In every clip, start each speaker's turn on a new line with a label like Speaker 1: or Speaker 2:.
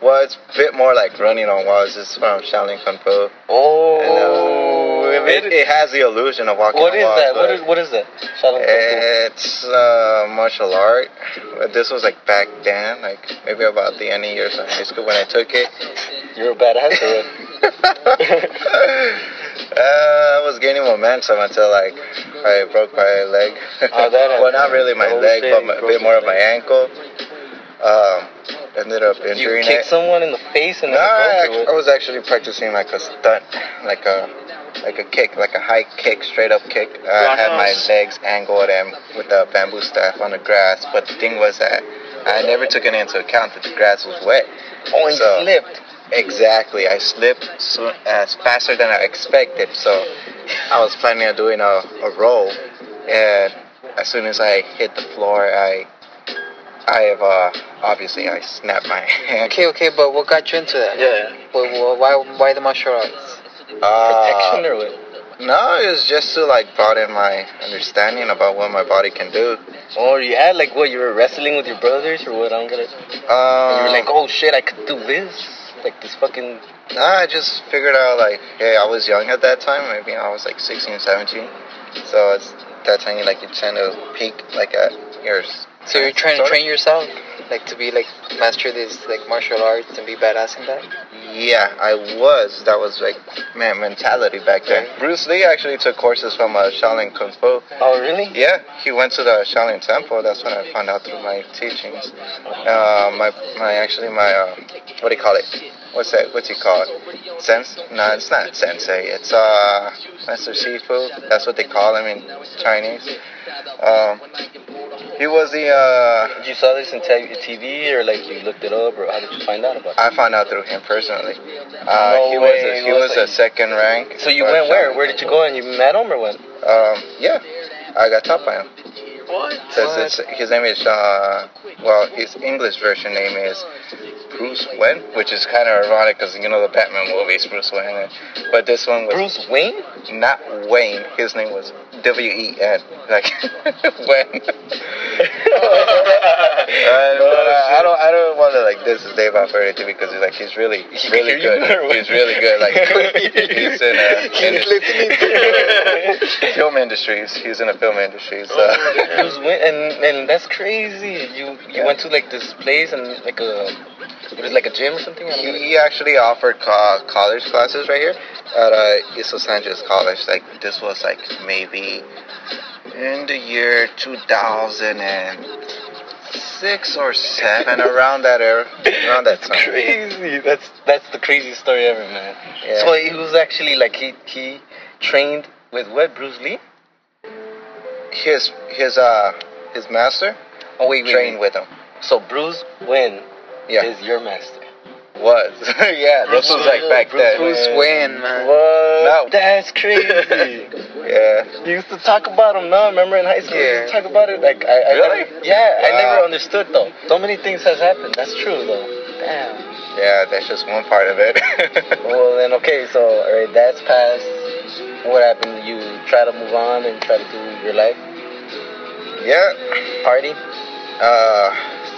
Speaker 1: well, it's a bit more like running on walls. It's from Shaolin Kung Fu.
Speaker 2: Oh.
Speaker 1: And, uh, it, it has the illusion of walking
Speaker 2: what
Speaker 1: on
Speaker 2: is
Speaker 1: walls,
Speaker 2: that? What
Speaker 1: but
Speaker 2: is what is that? Shadow
Speaker 1: Eh.
Speaker 2: Kung
Speaker 1: It's uh, martial art. But This was like back then, like maybe about the end of years of high school when I took it.
Speaker 2: Fu. You're a badass already.
Speaker 1: uh, I was gaining momentum until like I broke my leg.
Speaker 2: Oh, that
Speaker 1: well, not really my
Speaker 2: oh,
Speaker 1: leg,
Speaker 2: shit,
Speaker 1: but
Speaker 2: you
Speaker 1: my, a
Speaker 2: broke
Speaker 1: bit more
Speaker 2: your
Speaker 1: of my
Speaker 2: leg.
Speaker 1: ankle. Um, ended up
Speaker 2: You
Speaker 1: injuring
Speaker 2: kick
Speaker 1: it.
Speaker 2: someone in the face and
Speaker 1: No, I,
Speaker 2: then you
Speaker 1: act- I
Speaker 2: broke
Speaker 1: was actually practicing like a stunt, like a like a kick, like a high kick, straight up kick. Uh, I had my legs angled and with a bamboo staff on the grass. But the thing was that I never took it into account that the grass was wet.
Speaker 2: it. Oh, and
Speaker 1: so-
Speaker 2: you slipped.
Speaker 1: Exactly, I slipped so, as faster than I expected. So I was planning on doing a, a roll, and as soon as I hit the floor, I I have uh, obviously I snapped my hand.
Speaker 3: Okay, okay, but what got you into that?
Speaker 2: Yeah.
Speaker 3: Wh- wh- Why, why the martial arts?
Speaker 1: Uh,
Speaker 2: Protection or what?
Speaker 1: No, it was just to like broaden my understanding about what my body can do.
Speaker 2: Or Oh, you had like what you were wrestling with your brothers or what? I'm gonna. And you
Speaker 1: Um,
Speaker 2: were like, oh shit, I could do this. Like this fucking.
Speaker 3: "Oh."
Speaker 1: nah, I just figured out like, hey, I was young at that time. Maybe I was like 16, 17. So it's that time you like you tend to peak like at your.
Speaker 3: So you're trying to
Speaker 1: Sorta.
Speaker 3: train yourself, like to be like master this like martial arts and be badass in that.
Speaker 1: Yeah, I was. That was like man mentality back then. Bruce Lee actually took courses from uh, Shaolin Kung Fu.
Speaker 2: Oh really?
Speaker 1: Yeah, he went to the Shaolin Temple. That's when I found out through my teachings. Uh, my, my actually my uh, what do you call it? What's that? What's he called? Sense? No, it's not sensei. It's uh Master Shifu. That's what they call him in Chinese. Um, he was the uh,
Speaker 2: You saw this in t- TV or like you looked it up or how did you find out about it?
Speaker 1: I found out through him personally. Uh,
Speaker 2: No
Speaker 1: he was
Speaker 2: way,
Speaker 1: a, he was a
Speaker 2: wasn't-
Speaker 1: second rank.
Speaker 2: So you
Speaker 1: for
Speaker 2: went where?
Speaker 1: Shaolin
Speaker 2: Where did you go and you met him or what?
Speaker 1: Um, yeah, I got top by him.
Speaker 2: What?
Speaker 1: Says it's, his name is uh, well, his English version name is Bruce Wayne, which is kind of ironic because you know the Batman movie is Bruce Wayne, and- but this one was
Speaker 2: Bruce Wayne?
Speaker 1: not Wayne. His name was W E N, like Wayne. And, uh, I don't, I don't want to like this is Dave Alberti because he's like he's really, really good. He's really good. Like he's in a, in
Speaker 3: He's listening to- Oh,
Speaker 1: film industries. He's in the film industry. So.
Speaker 2: Bruce Wayne, and and that's crazy. You you
Speaker 1: Yeah.
Speaker 2: went to like this place and like a was it like a gym or something? I don't get it.
Speaker 1: He actually offered co- college classes right here at uh, Iso Sanchez College. Like this was like maybe in the year 2006 or seven, around that era, around that time.
Speaker 2: crazy. That's that's the craziest story ever, man.
Speaker 1: Yeah.
Speaker 2: So he was actually like he he trained with what Bruce Lee?
Speaker 1: His his uh his master
Speaker 2: Oh wait, wait.
Speaker 1: trained
Speaker 2: wait.
Speaker 1: with him.
Speaker 2: So Bruce Wayne
Speaker 1: Yeah,
Speaker 2: is your master.
Speaker 1: was yeah. This was like back then.
Speaker 3: Bruce Wayne, man.
Speaker 2: What?
Speaker 1: No.
Speaker 2: That's crazy.
Speaker 1: Yeah.
Speaker 2: you used to talk about him, no? Remember in high school? You used to talk about it. Like I, I
Speaker 1: Really?
Speaker 2: never, yeah, I
Speaker 1: Wow.
Speaker 2: never understood though. So many things has happened. That's true though. Damn.
Speaker 1: Yeah, that's just one part of it.
Speaker 2: Well then, okay. So alright, that's past. What happened? You try to move on and try to do your life
Speaker 1: yeah.
Speaker 2: party.
Speaker 1: Uh,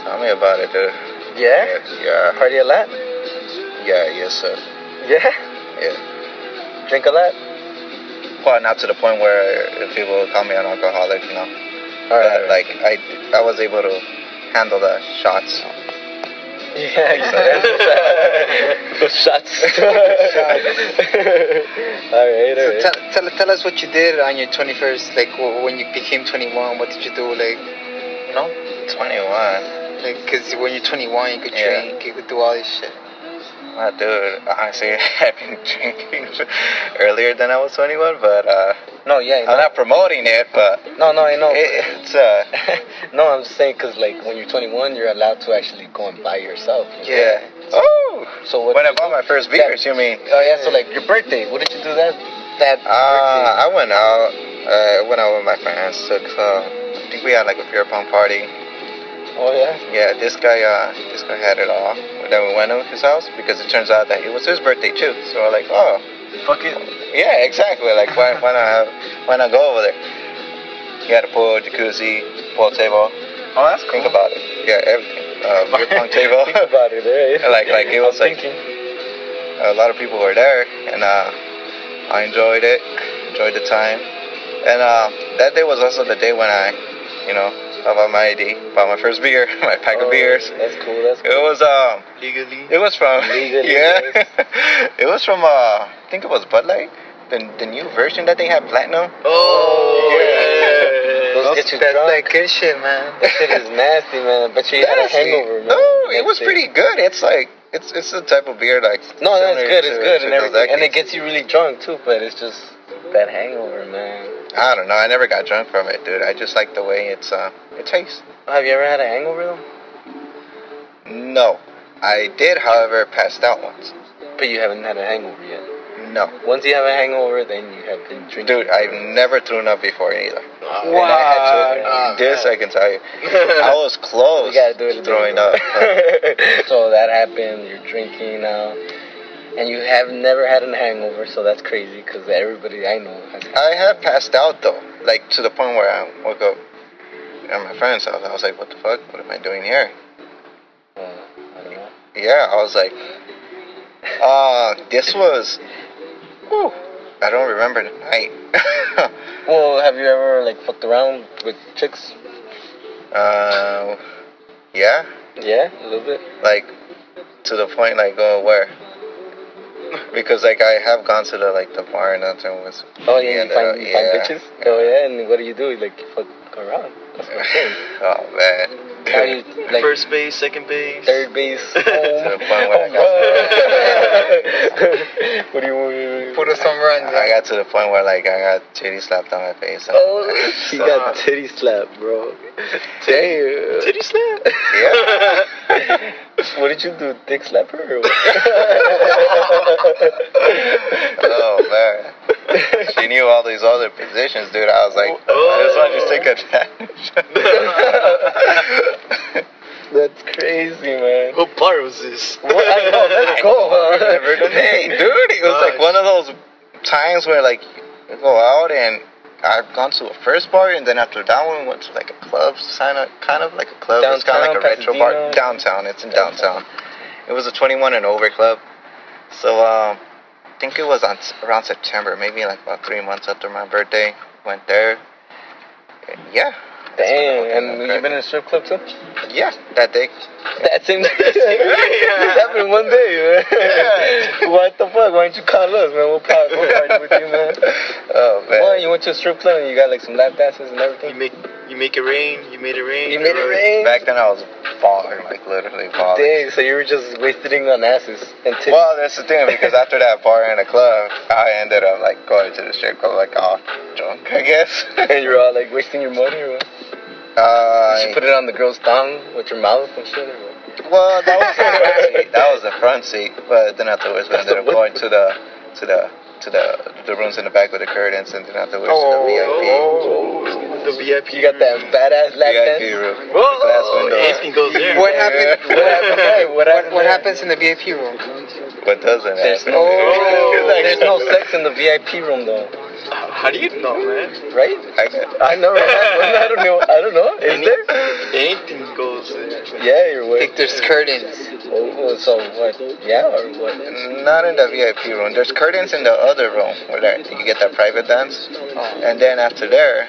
Speaker 1: tell me about it, dude.
Speaker 2: Yeah.
Speaker 1: Yeah.
Speaker 2: Party a lot.
Speaker 1: Yeah. Yes, sir.
Speaker 2: Yeah.
Speaker 1: Yeah.
Speaker 2: Drink a lot.
Speaker 1: Well, not to the point where people would call me an alcoholic, you know.
Speaker 2: All right.
Speaker 1: But, like I, I was able to handle the shots.
Speaker 2: Yeah, exactly. Those shots. all right, all
Speaker 3: So
Speaker 2: right.
Speaker 3: tell, tell, tell us what you did on your 21st, like wh- when you became 21, what did you do? Like, you know,
Speaker 1: 21.
Speaker 3: like, cause when you're 21, you could
Speaker 1: Yeah.
Speaker 3: drink, you could do all this shit.
Speaker 1: My dude, honestly, I've been drinking earlier than I was 21, but uh,
Speaker 2: No, yeah,
Speaker 1: I'm not promoting it, but
Speaker 2: no,
Speaker 1: Oh.
Speaker 2: no, no, I know.
Speaker 1: it, it's uh,
Speaker 2: no, I'm just saying because like when you're 21, you're allowed to actually go and buy yourself.
Speaker 1: yeah. Oh,
Speaker 2: So what?
Speaker 1: when I bought my first beers, you mean?
Speaker 2: oh yeah, so like your birthday. What did you do that? That.
Speaker 1: Uh, I went out. Uh, I went out with my friends. Took some. I think we had like a beer pong party.
Speaker 2: birthday? Oh yeah.
Speaker 1: Yeah, this guy, uh, this guy had it all. But then we went to his house because it turns out that it was his birthday too. So we're like, oh,
Speaker 2: Fuck it.
Speaker 1: yeah, exactly. Like, why, why not, have, why not go over there? He had a pool, jacuzzi, pool table.
Speaker 2: Oh, that's
Speaker 1: Think about it. Yeah, everything. uh, beer pong table.
Speaker 2: Think about it, right?
Speaker 1: Like- like it was
Speaker 2: I'm
Speaker 1: like-
Speaker 2: thinking.
Speaker 1: a lot of people were there, and uh, I enjoyed it, enjoyed the time. And uh, that day was also the day when I, you know, about my ID, bought my first beer, my pack
Speaker 2: Oh,
Speaker 1: of beers.
Speaker 2: That's cool. That's cool.
Speaker 1: It was um,
Speaker 3: legally.
Speaker 1: it was from
Speaker 2: Legally,
Speaker 1: yeah, it was from uh, I think it was Bud Light, the the new version that they had platinum.
Speaker 3: Oh
Speaker 1: yeah.
Speaker 2: Those
Speaker 3: yeah.
Speaker 2: get you
Speaker 3: That's
Speaker 2: drunk.
Speaker 3: like good shit, man.
Speaker 2: That shit is nasty, man. I bet you had a
Speaker 1: Nasty.
Speaker 2: hangover, man.
Speaker 1: No, it
Speaker 2: Next
Speaker 1: was
Speaker 2: day.
Speaker 1: pretty good. It's like it's it's the type of beer like
Speaker 2: No, that's
Speaker 1: similar
Speaker 2: good.
Speaker 1: to-
Speaker 2: It's good
Speaker 1: to
Speaker 2: and
Speaker 1: those
Speaker 2: everything, and
Speaker 1: Atkins.
Speaker 2: it gets you really drunk too. But it's just that hangover, man.
Speaker 1: I don't know. I never got drunk from it, dude. I just like the way it's uh, it tastes.
Speaker 2: Have you ever had a hangover though?
Speaker 1: No, I did, however, pass out once.
Speaker 2: But you haven't had a hangover yet.
Speaker 1: No,
Speaker 2: Once you have a hangover, then you have been drinking.
Speaker 1: dude, I've never thrown up before either.
Speaker 3: Wow.
Speaker 1: And I had to-
Speaker 3: Ah,
Speaker 1: this I can tell you. I
Speaker 3: man.
Speaker 1: was close
Speaker 2: We gotta do it
Speaker 1: to
Speaker 2: again,
Speaker 1: throwing
Speaker 2: bro.
Speaker 1: up. but
Speaker 2: so that happened. You're drinking now, and you have never had a hangover. So that's crazy because everybody I know has.
Speaker 1: I have passed out though, like to the point where I woke up at my friend's house. I was like, "What the fuck? What am I doing here?"
Speaker 2: Uh, I don't know.
Speaker 1: Yeah, I was like, "Uh, this was." Whew, I don't remember the night.
Speaker 2: Well, have you ever like fucked around with chicks?
Speaker 1: uh, yeah,
Speaker 2: Yeah, a little bit.
Speaker 1: like to the point like oh where because like I have gone to the like the bar and nothing was
Speaker 2: Oh yeah, you
Speaker 1: and,
Speaker 2: find,
Speaker 1: uh,
Speaker 2: you find
Speaker 1: yeah.
Speaker 2: bitches. Oh yeah, and what do you do? Like you fuck around. That's my thing.
Speaker 1: oh man
Speaker 2: How you like
Speaker 3: First base, second base.
Speaker 2: third base? home?
Speaker 1: the point where I got-
Speaker 2: Oh, what do you want?
Speaker 3: Put us on runs.
Speaker 1: I got to the point where like I got titty slapped on my face and-
Speaker 2: Oh, she
Speaker 1: so,
Speaker 2: got titty slap, bro. Damn.
Speaker 3: Did you slap?
Speaker 1: Yeah.
Speaker 2: What did you do? Dick slap her? Or what?
Speaker 1: oh man she knew all these other positions dude I was like I just want to take advantage
Speaker 2: That's crazy, man.
Speaker 3: Who bar was this?
Speaker 2: What? I know. Let's go, huh?
Speaker 1: Never done- hey dude it was like one of those times where like you go out and I've gone to a first bar and then after that one went to like a club, kind of, kind of like a club. it's kind of like a
Speaker 2: Downtown,
Speaker 1: retro bar
Speaker 2: Pasadena.
Speaker 1: downtown. It's in downtown. It was a 21 and over club. So um, I think it was on s- around September, maybe like about three months after my birthday. Went there. Yeah. That's when I
Speaker 2: Damn.
Speaker 1: went
Speaker 2: And
Speaker 1: there.
Speaker 2: you been in a strip club too?
Speaker 1: Yeah, that day.
Speaker 2: That same day. this happened in one day, man.
Speaker 1: Yeah.
Speaker 2: what the fuck? Why don't you call us, man? We'll party, we'll party with you, man.
Speaker 1: Oh man.
Speaker 2: Well, you went to a strip club and you got like some lap dances and
Speaker 3: You
Speaker 2: everything.
Speaker 3: make you make it rain. You made it rain.
Speaker 2: You made it rain.
Speaker 1: Back then I was balling, like literally balling.
Speaker 2: Dang, so you were just wasting on asses and titties.
Speaker 1: Well, that's the thing because after that bar in the club, I ended up like going to the strip club like all drunk, I guess.
Speaker 2: and you're all like wasting your money or what?
Speaker 1: Uh,
Speaker 2: you should put it on the girl's tongue with your mouth and shit or what?
Speaker 1: well, that was the front seat. That was the front seat, but then afterwards we
Speaker 2: That's
Speaker 1: ended up
Speaker 2: the what?
Speaker 1: going to the to the to the the rooms in the back with the curtains, and then afterwards to the VIP.
Speaker 3: Oh, the VIP.
Speaker 2: You got
Speaker 1: Mm.
Speaker 2: that badass lap
Speaker 1: VIP
Speaker 2: dance?
Speaker 1: room.
Speaker 3: Whoa,
Speaker 1: The glass window.
Speaker 3: Anthony goes there.
Speaker 2: What happened? What happened? there? What happened?
Speaker 3: What
Speaker 2: there?
Speaker 3: happens in the VIP room?
Speaker 1: What doesn't
Speaker 2: There's
Speaker 1: happen?
Speaker 2: no,
Speaker 3: Oh.
Speaker 2: there's no sex in the VIP room though,
Speaker 3: How do you know, man?
Speaker 2: right?
Speaker 1: I got-
Speaker 2: I know. Right? I don't know. I don't know. Is
Speaker 3: Any-
Speaker 2: there?
Speaker 3: Anything goes. there.
Speaker 2: Yeah, you're
Speaker 3: I
Speaker 2: way.
Speaker 3: think there's curtains.
Speaker 2: Oh, oh, so what? Yeah or what?
Speaker 1: Not in the VIP room. There's curtains in the other room where that, you get that private dance, and then after there,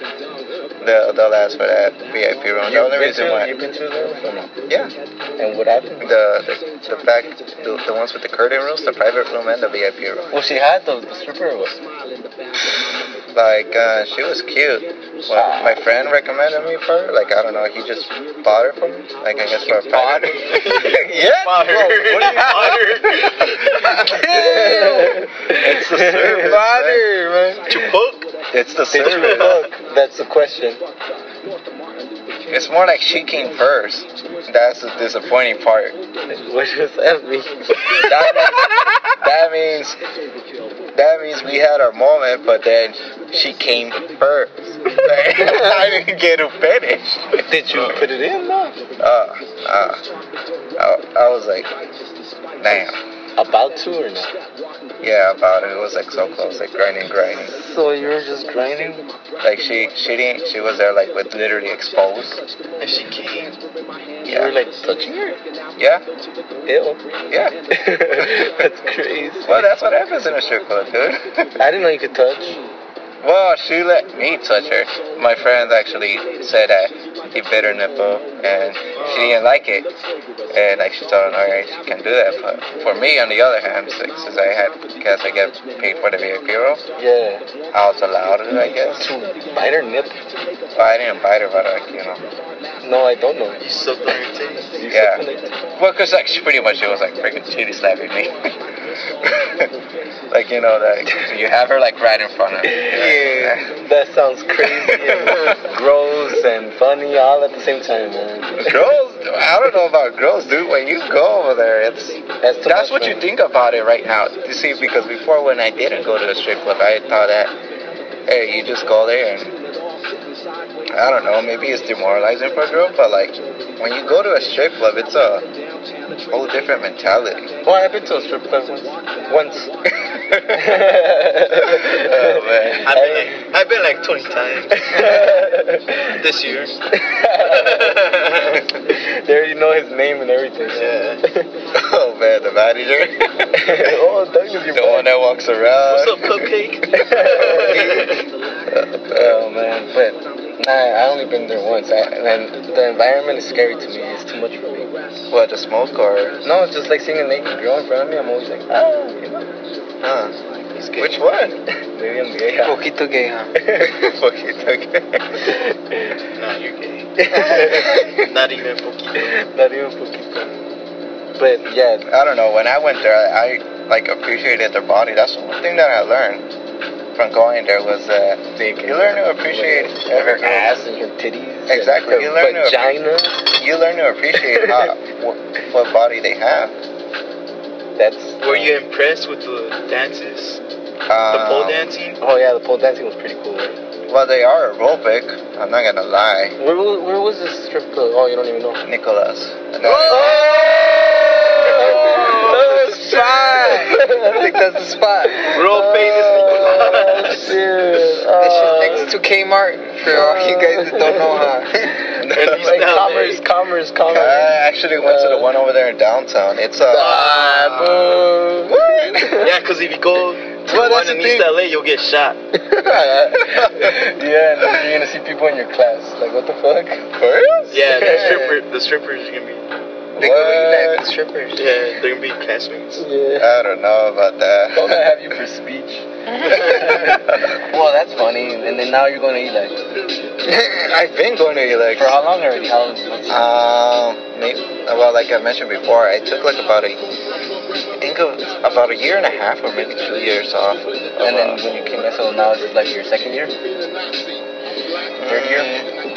Speaker 1: they'll, they'll ask for that VIP room. The only
Speaker 2: been
Speaker 1: reason
Speaker 2: to-
Speaker 1: why,
Speaker 2: You've been to those or no?
Speaker 1: yeah,
Speaker 2: And what happened?
Speaker 1: the the, the back, the, the ones with the curtain rooms, the private room and the VIP room.
Speaker 2: Well, she had the, the stripper or what?
Speaker 1: Like uh, she was cute. Well, my friend recommended me for her. Like I don't know, he just bought her for me. Like I guess for a bought yeah.
Speaker 3: Bought her.
Speaker 1: bro, what are you-
Speaker 3: Bought her.
Speaker 1: Damn. It's the service.
Speaker 2: Bought
Speaker 1: man.
Speaker 3: To book.
Speaker 1: It's the
Speaker 2: Did you
Speaker 1: service.
Speaker 2: fuck? That's the question.
Speaker 1: It's more like she came first. That's the disappointing part.
Speaker 2: What does that mean?
Speaker 1: That means that means we had our moment, but then she came first. Like, I didn't get to finish.
Speaker 2: Did you put it in? No.
Speaker 1: Uh, uh, I, I was like, damn.
Speaker 2: About to or not?
Speaker 1: Yeah, about it. It was like so close, like grinding, grinding.
Speaker 2: So you were just grinding?
Speaker 1: Like she, she didn't. She was there like with literally exposed.
Speaker 3: And she came.
Speaker 2: You
Speaker 1: Yeah.
Speaker 2: were like touching her?
Speaker 1: Yeah.
Speaker 2: Ew.
Speaker 1: Yeah.
Speaker 2: That's crazy.
Speaker 1: Well, that's what happens in a strip club, dude.
Speaker 2: I didn't know you could touch.
Speaker 1: well, she let me touch her. My friends actually said that he bit her nipple and she didn't like it. And like she told him, all right, you can do that. But for me, on the other hand, since since I had, guess I get paid for the VIP role,
Speaker 2: Yeah.
Speaker 1: I was allowed it, I guess.
Speaker 2: To bite her nip?
Speaker 1: But I didn't bite her, but like, you know.
Speaker 2: No, I don't know.
Speaker 3: You sucked on her titties.
Speaker 2: You
Speaker 1: Yeah.
Speaker 2: suck on it.
Speaker 1: Well, cause like she pretty much it was like freaking titty slapping me. like you know, like you have her like right in front of you.
Speaker 3: Yeah.
Speaker 2: That sounds crazy and gross and funny all at the same time, man.
Speaker 1: girls, I don't know about girls, dude. When you go over there, it's
Speaker 2: That's, too
Speaker 1: that's
Speaker 2: much,
Speaker 1: what you
Speaker 2: man.
Speaker 1: think about it right now. You see, because before when I didn't go to the strip club, I thought that hey, you just go there and I don't know, maybe it's demoralizing for a girl, but like when you go to a strip club, it's a whole different mentality.
Speaker 2: Well, I've been to a strip club once. Once.
Speaker 1: Oh, man.
Speaker 3: I've been like, I've been like 20 times
Speaker 2: like.
Speaker 3: this year.
Speaker 2: they already know his name and everything.
Speaker 3: Yeah.
Speaker 1: Oh man, the manager.
Speaker 2: oh, Douglas, you're
Speaker 1: The one that walks around.
Speaker 3: What's up, Cupcake?
Speaker 2: Oh man, but nah, I only been there once, I, and the environment is scary to me. It's too much for me.
Speaker 1: what, the smoke or?
Speaker 2: No, it's just like seeing a naked girl in front of me, I'm always like, ah, you know,
Speaker 1: Huh. Which one?
Speaker 2: maybe I'm gay.
Speaker 3: Poquito gay, huh?
Speaker 1: Fuck you, okay.
Speaker 3: No, you're gay.
Speaker 2: Not
Speaker 3: Not even poquito.
Speaker 2: even poquito. But yeah,
Speaker 1: I don't know. When I went there, I, I like appreciated their body. That's one thing that I learned from going there was that you learn to appreciate
Speaker 2: her
Speaker 1: every
Speaker 2: ass and her titties.
Speaker 1: Exactly,
Speaker 2: And
Speaker 1: you
Speaker 2: her
Speaker 1: learn to-
Speaker 2: vagina.
Speaker 1: You learn to appreciate how, what, what body they have.
Speaker 2: That's.
Speaker 3: Were you impressed with the dances? The
Speaker 1: Um,
Speaker 3: pole dancing?
Speaker 2: Oh yeah, the pole dancing was pretty cool. Right?
Speaker 1: Well, they are aerobic. I'm not gonna lie,
Speaker 2: Where, wa- where was this strip club? Oh, you don't even know.
Speaker 1: Nicholas.
Speaker 2: Oh,
Speaker 3: that's the spot.
Speaker 1: I think that's the spot.
Speaker 3: Real famous Nicolas.
Speaker 2: Oh, shit. Oh.
Speaker 3: That shit next
Speaker 1: to Kmart for all you guys that don't know,
Speaker 3: And
Speaker 2: Like
Speaker 1: huh?
Speaker 3: down
Speaker 2: commerce, commerce, commerce.
Speaker 1: I actually went to the one over there in downtown. It's uh,
Speaker 2: Ah, boo.
Speaker 1: What?
Speaker 3: Yeah, because if you go to
Speaker 1: Well, that's
Speaker 3: one
Speaker 1: the
Speaker 3: in
Speaker 1: thing.
Speaker 3: East LA, you'll get shot.
Speaker 2: yeah, and then you're gonna see people in your class. Like, what the fuck?
Speaker 1: For real?
Speaker 3: Yeah, the
Speaker 2: Yeah.
Speaker 3: stripper, the strippers are gonna be,
Speaker 1: They go in that-
Speaker 3: strippers. Yeah, they're gonna be classmates.
Speaker 1: I
Speaker 2: Yeah.
Speaker 1: don't know about that.
Speaker 2: Don't I have you for speech? well, that's funny. And then now you're gonna eat like
Speaker 1: I've been going to Elix.
Speaker 2: for how long already? How long?
Speaker 1: Um, maybe, well, like I mentioned before, I took like about a, I think of about a year and a half or maybe two years off. Of,
Speaker 2: and then
Speaker 1: uh,
Speaker 2: when you came back, so now it's like your second year.
Speaker 1: third year,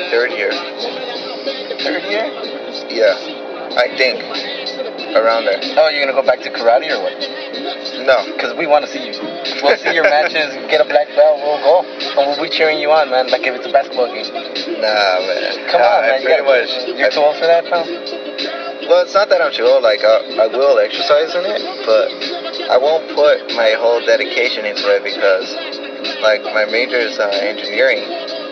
Speaker 1: third year,
Speaker 2: Third year?
Speaker 1: yeah, I think around there.
Speaker 2: Oh, you're gonna go back to karate or what?
Speaker 1: No,
Speaker 2: Because we want to see you. We'll see your matches, get a black belt, we'll go. And we'll be cheering you on, man, like if it's a basketball game.
Speaker 1: nah, man.
Speaker 2: Come
Speaker 1: Nah,
Speaker 2: on,
Speaker 1: I
Speaker 2: man. You
Speaker 1: pretty
Speaker 2: gotta,
Speaker 1: much.
Speaker 2: You're too old for that, pal?
Speaker 1: well, it's not that I'm too old. Like uh, I, I will exercise in it, but I won't put my whole dedication into it because, like, my major is uh, engineering.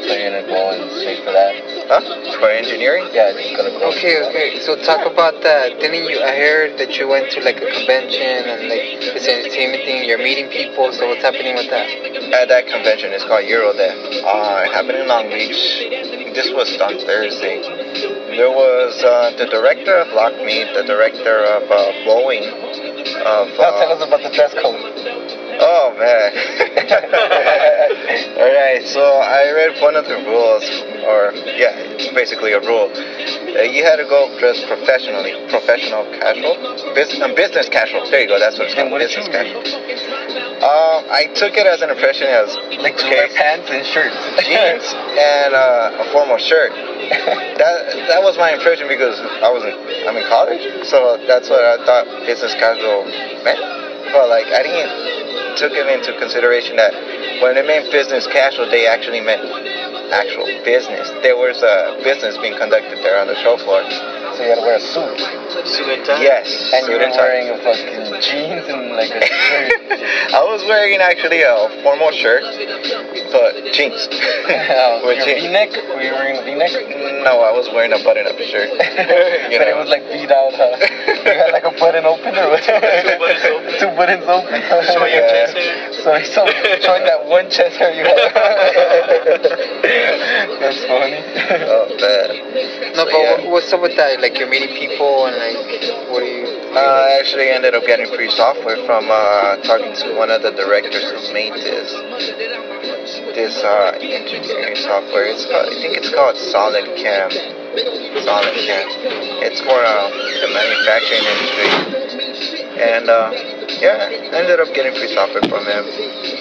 Speaker 2: So you're gonna go and stay for that?
Speaker 1: Huh? For engineering?
Speaker 2: Yeah, you're gonna go.
Speaker 3: Okay, okay. So talk about that. Didn't you? I heard that you went to like a convention and like this entertainment thing. You're meeting people. So what's happening with that?
Speaker 1: At that convention, it's called Eurodev. Uh, it happened in Long Beach. This was on Thursday. There was uh, the director of Lockmeat, the director of uh, Boeing.
Speaker 3: Oh,
Speaker 1: Of,
Speaker 2: Now tell
Speaker 1: uh,
Speaker 2: us about the dress code.
Speaker 1: oh man. All right, so I read one of the rules, or yeah, it's basically a rule. Uh, you had to go dressed professionally, professional casual, Bus- um, business casual. There you go, that's what it's
Speaker 2: And
Speaker 1: called,
Speaker 2: what did you
Speaker 1: business
Speaker 2: read?
Speaker 1: casual. Um, I took it as an impression as
Speaker 2: Like just
Speaker 1: okay,
Speaker 2: wear pants and shirts.
Speaker 1: jeans and uh, a formal shirt. That that was my impression because I was in, I'm in college, so that's what I thought business casual meant. But like I didn't took it into consideration that when it meant business casual, they actually meant actual business. There was a business being conducted there on the show floor. so you had to wear a suit.
Speaker 2: Suit and tie?
Speaker 1: Yes,
Speaker 2: And
Speaker 1: suit
Speaker 2: you're
Speaker 1: and tie.
Speaker 2: wearing a fucking jeans and like a shirt.
Speaker 1: I was wearing actually a formal shirt, but jeans. With
Speaker 2: Oh, Your
Speaker 1: jeans.
Speaker 2: V-neck? Were you wearing a V-neck?
Speaker 1: No, I was wearing a button-up shirt. You
Speaker 2: But it
Speaker 1: know.
Speaker 2: was like beat out, huh? You had like a button open or what?
Speaker 1: Two
Speaker 4: open.
Speaker 1: buttons
Speaker 2: Two buttons open.
Speaker 4: Show your
Speaker 1: Yeah.
Speaker 4: chest hair.
Speaker 2: So he's so showing that one chest hair you have. That's funny.
Speaker 1: Oh man. So,
Speaker 3: No, but
Speaker 1: yeah.
Speaker 3: wha- what's up with that? Like you're meeting people and like, what do you?
Speaker 2: Uh,
Speaker 1: I actually ended up getting free software from uh, talking to one of the directors who made this this uh, engineering software. It's called, I think it's called Solid Cam. Solid Cam. It's for uh, the manufacturing industry. And uh, yeah, I ended up getting free software from him.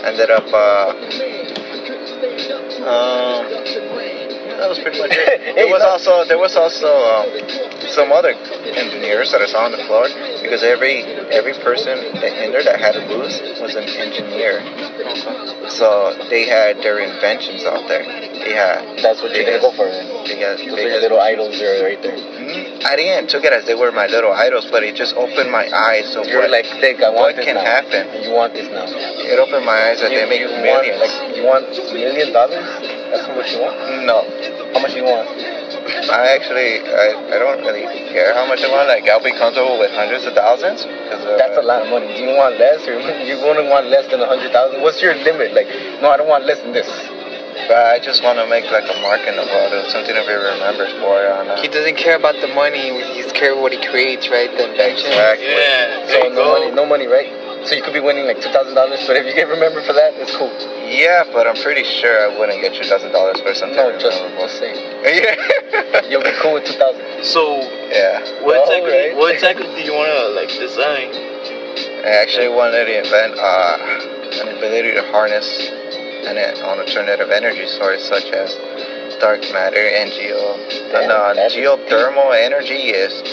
Speaker 1: Ended up. Uh, um, that was pretty much it. There was also there was also um, some other engineers that I saw on the floor because every every person that entered that had a booth was an engineer. So they had their inventions out there. They had
Speaker 2: That's what you're gonna go for. Then.
Speaker 1: they had
Speaker 2: Those
Speaker 1: they
Speaker 2: are
Speaker 1: had-
Speaker 2: your little idols there, right there.
Speaker 1: Mm, I didn't took it as they were my little idols, but it just opened my eyes to
Speaker 2: You're
Speaker 1: what
Speaker 2: like, thick. I want
Speaker 1: what
Speaker 2: this
Speaker 1: can
Speaker 2: now.
Speaker 1: happen.
Speaker 2: You want this now.
Speaker 1: It opened my eyes that
Speaker 2: you,
Speaker 1: they make
Speaker 2: you
Speaker 1: millions.
Speaker 2: Want, like, you want million dollars? That's what you want.
Speaker 1: no,
Speaker 2: How much you want?
Speaker 1: I actually I, I don't really care how much I want. Like I'll be comfortable with hundreds of thousands. 'cause, uh,
Speaker 2: That's a lot of money. Do you want less, or you're gonna want less than a hundred thousand? What's your limit? Like, no, I don't want less than this.
Speaker 1: But I just want to make like a mark in the world of something to be remembered for. On, uh,
Speaker 3: He doesn't care about the money. He's care what he creates, right? The invention.
Speaker 1: exactly.
Speaker 4: Yeah.
Speaker 2: So
Speaker 4: There you
Speaker 2: no money,
Speaker 4: go.
Speaker 2: no money, right? So you could be winning like two thousand dollars, but if you get remembered for that, it's cool.
Speaker 1: Yeah, but I'm pretty sure I wouldn't get two thousand dollars for something.
Speaker 2: No, just
Speaker 1: memorable.
Speaker 2: just saying,
Speaker 1: yeah.
Speaker 2: you'll be cool with two thousand.
Speaker 4: So
Speaker 1: yeah.
Speaker 4: what
Speaker 2: Well,
Speaker 4: exactly
Speaker 2: right.
Speaker 4: what exactly do you wanna like design?
Speaker 1: I actually wanted to invent uh, an ability to harness an, an alternative energy source such as dark matter, NGO. and
Speaker 2: Damn,
Speaker 1: uh,
Speaker 2: that's
Speaker 1: geothermal energy is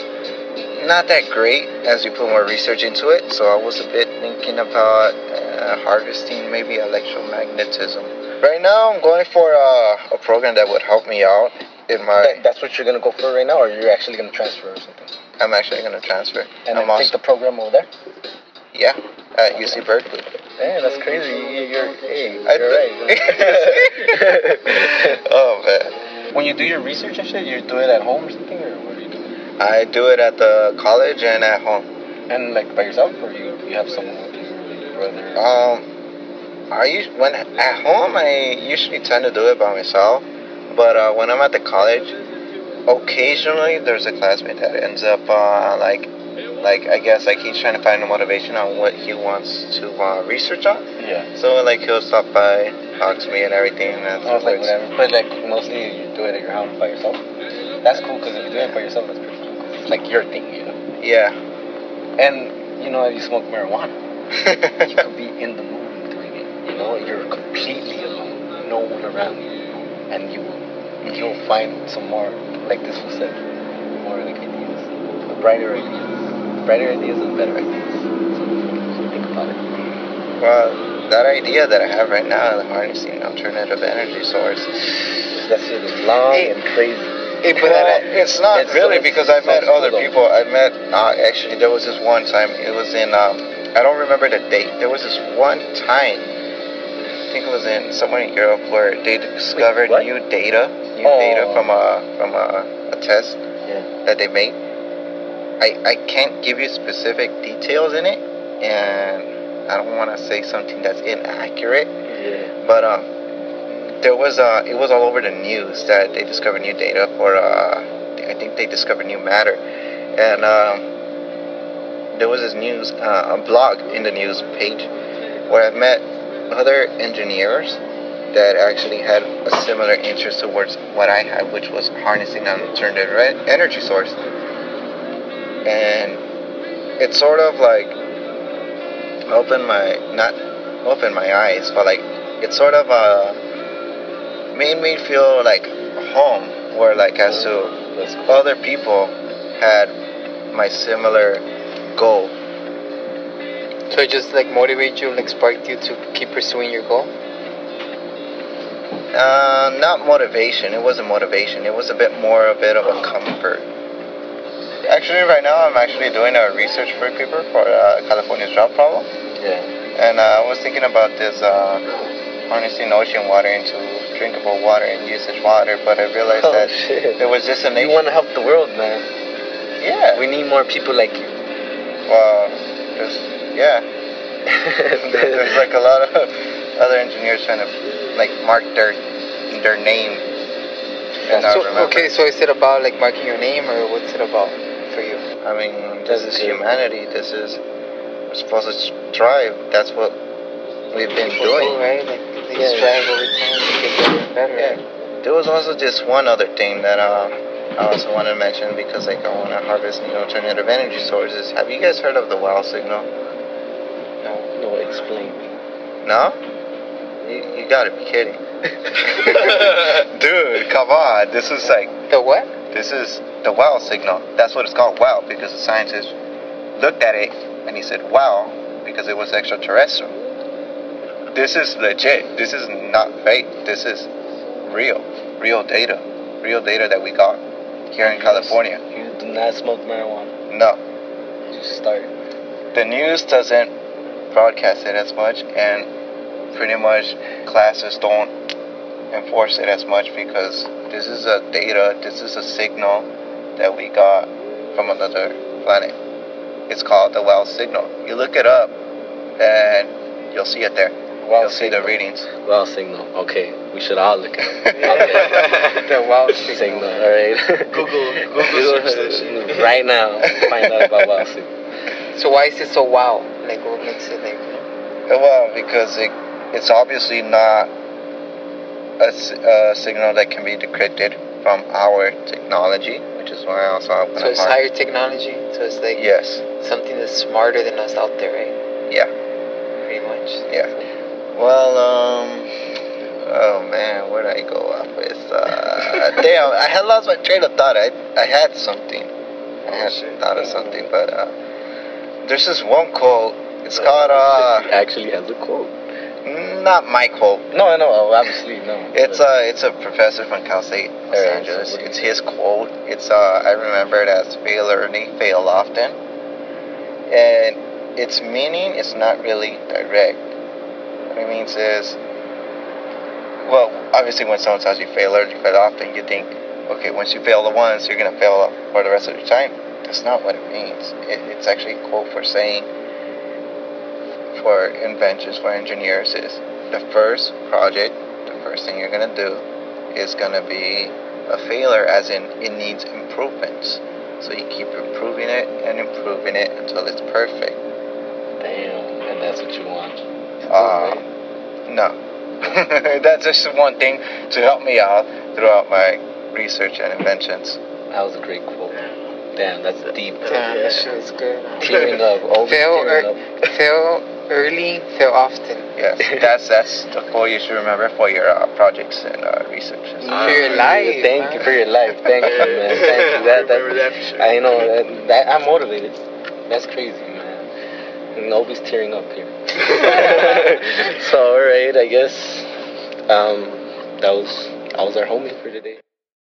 Speaker 1: not that great as you put more research into it. So I was a bit thinking about uh, harvesting maybe electromagnetism. Right now, I'm going for uh, a program that would help me out in my.
Speaker 2: That, that's what you're gonna go for right now, or you're actually gonna transfer or something,
Speaker 1: I'm actually going to transfer.
Speaker 2: and
Speaker 1: I'm
Speaker 2: then take
Speaker 1: also
Speaker 2: the program over there.
Speaker 1: yeah at UC Berkeley.
Speaker 2: Yeah, that's crazy. You, you're, hey,
Speaker 1: I
Speaker 2: you're right.
Speaker 1: th- oh man.
Speaker 2: when you do your research and shit, you do it at home or something, or what do you do?
Speaker 1: I do it at the college and at home.
Speaker 2: And like by yourself, or you you have someone with you, your brother?
Speaker 1: Um, I usually, when at home I usually tend to do it by myself, but uh, when I'm at the college, occasionally there's a classmate that ends up uh, like, like I guess like he's trying to find the motivation on what he wants to uh, research on.
Speaker 2: yeah.
Speaker 1: So like he'll stop by, talk to me and everything. And
Speaker 2: I was like,
Speaker 1: afterwards-
Speaker 2: whatever. But like mostly you do it at your house by yourself. That's cool because if you do it by yourself, that's pretty cool. 'cause It's like your thing, you know.
Speaker 1: yeah.
Speaker 2: And you know, if you smoke marijuana, you could be in the moment doing it. You know, you're completely alone, no one around you, and you will you'll find some more like this was said, more like ideas, brighter ideas, brighter ideas and better ideas. So think about it.
Speaker 1: well, that idea that I have right now, the harnessing alternative energy source,
Speaker 2: That shit is long and crazy.
Speaker 1: Hey, but
Speaker 2: Well,
Speaker 1: I- it's not
Speaker 2: it's-
Speaker 1: really
Speaker 2: it's-
Speaker 1: because I've met
Speaker 2: it's-
Speaker 1: other
Speaker 2: hold on.
Speaker 1: people. I met uh, actually there was this one time it was in um, I don't remember the date. There was this one time I think it was in somewhere in Europe where they discovered
Speaker 2: what?
Speaker 1: new data, new
Speaker 2: Oh.
Speaker 1: data from a from a, a test
Speaker 2: Yeah.
Speaker 1: that they made. I I can't give you specific details in it, and I don't want to say something that's inaccurate.
Speaker 2: Yeah.
Speaker 1: But um, there was uh, it was all over the news that they discovered new data for uh, I think they discovered new matter, and um, there was this news uh, a blog in the news page where I met other engineers that actually had a similar interest towards what I had, which was harnessing an alternative re- energy source, and it sort of like opened my not opened my eyes, but like it sort of uh, made me feel like home, where like as to
Speaker 2: That's cool.
Speaker 1: other people had my similar goal.
Speaker 3: So it just like motivates you, like sparked you to keep pursuing your goal.
Speaker 1: Uh, not motivation. It wasn't motivation. It was a bit more a bit of a comfort. Actually, right now I'm actually doing a research for paper for uh, California's drought problem,
Speaker 2: Yeah.
Speaker 1: and uh, I was thinking about this uh, harnessing ocean water into drinkable water and usage water, but I realized
Speaker 2: Oh,
Speaker 1: that
Speaker 2: shit.
Speaker 1: there was just a
Speaker 2: You
Speaker 1: nation.
Speaker 2: want to help the world, man.
Speaker 1: yeah.
Speaker 2: We need more people like you.
Speaker 1: well, there's yeah. There's like a lot of other engineers trying to like mark their their name. And not
Speaker 3: So,
Speaker 1: remember.
Speaker 3: okay, so is it about like marking your name or what's it about for you?
Speaker 1: I mean, this is
Speaker 2: Doesn't do-
Speaker 1: humanity. This is we're supposed to strive. That's what we've been doing.
Speaker 3: right? Oh, Like they
Speaker 1: Yeah.
Speaker 3: strive over time to get better and better.
Speaker 1: Yeah. There was also just one other thing that uh, I also want to mention because like I want to harvest new alternative energy sources. Have you guys heard of the WOW signal?
Speaker 2: no, no, explain.
Speaker 1: No? You, you gotta be kidding. Dude, come on. This is like
Speaker 3: The what?
Speaker 1: This is the wow signal. That's what it's called wow because the scientist looked at it and he said wow because it was extraterrestrial. This is legit. This is not fake. This is real. Real data. Real data that we got here in California.
Speaker 2: You do not smoke marijuana.
Speaker 1: No.
Speaker 2: You start.
Speaker 1: The news doesn't broadcast it as much and pretty much classes don't enforce it as much because this is a data, this is a signal that we got from another planet. It's called the WOW signal. You look it up and you'll see it there.
Speaker 2: Wow
Speaker 1: you'll see the readings.
Speaker 2: Wow signal. Okay, we should all look at
Speaker 3: The wow
Speaker 2: it. signal. All right.
Speaker 4: Google- Google search that shit.
Speaker 2: right now. Find out about wow signal.
Speaker 3: So why is it so wow? Like what makes it like?
Speaker 1: Well, because it, it's obviously not a, s- a signal that can be decrypted from our technology, which is why I also open
Speaker 3: So
Speaker 1: up
Speaker 3: it's
Speaker 1: our-
Speaker 3: higher technology. So it's like
Speaker 1: Yes.
Speaker 3: something that's smarter than us out there, right?
Speaker 1: Yeah.
Speaker 3: Pretty much.
Speaker 1: Yeah. Well, um, oh man, where did I go off with? Uh, damn, I had lost my train of thought. I, I had something. I had thought of something, but uh, there's this one quote. It's called
Speaker 2: It
Speaker 1: uh,
Speaker 2: actually has a quote.
Speaker 1: not my quote.
Speaker 2: No, no, oh, obviously no.
Speaker 1: It's uh, it's a professor from Cal State, Los
Speaker 2: Alright,
Speaker 1: Angeles.
Speaker 2: so what
Speaker 1: It's
Speaker 2: is it?
Speaker 1: his quote. It's uh, I remember it as fail early, fail often, and its meaning is not really direct. What it means is, well, obviously when someone tells you fail early, fail often, you think, okay, once you fail the once, you're gonna fail for the rest of your time. That's not what it means. It, it's actually a quote for saying for inventors, for engineers is the first project, the first thing you're gonna do is gonna be a failure, as in it needs improvements. So you keep improving it and improving it until it's perfect.
Speaker 2: Damn, and that's what you want.
Speaker 1: Uh, no, that's just one thing to help me out throughout my research and inventions.
Speaker 2: That was a great quote. Damn, that's deep.
Speaker 3: Damn, that shit was good.
Speaker 2: Tearing up, always
Speaker 3: Fail
Speaker 2: tearing
Speaker 3: ear-
Speaker 2: up.
Speaker 3: fail early, fail often.
Speaker 1: Yes, that's that's the quote you should remember for your uh, projects and uh, researches.
Speaker 3: For your life.
Speaker 2: Ah, Thank you for your life. Thank you, man. Thank you. That, that,
Speaker 4: Remember that for sure.
Speaker 2: I know that, that I'm motivated. That's crazy, man. Nobody's tearing up here. so, all right, I guess um, that was I was our homie for today.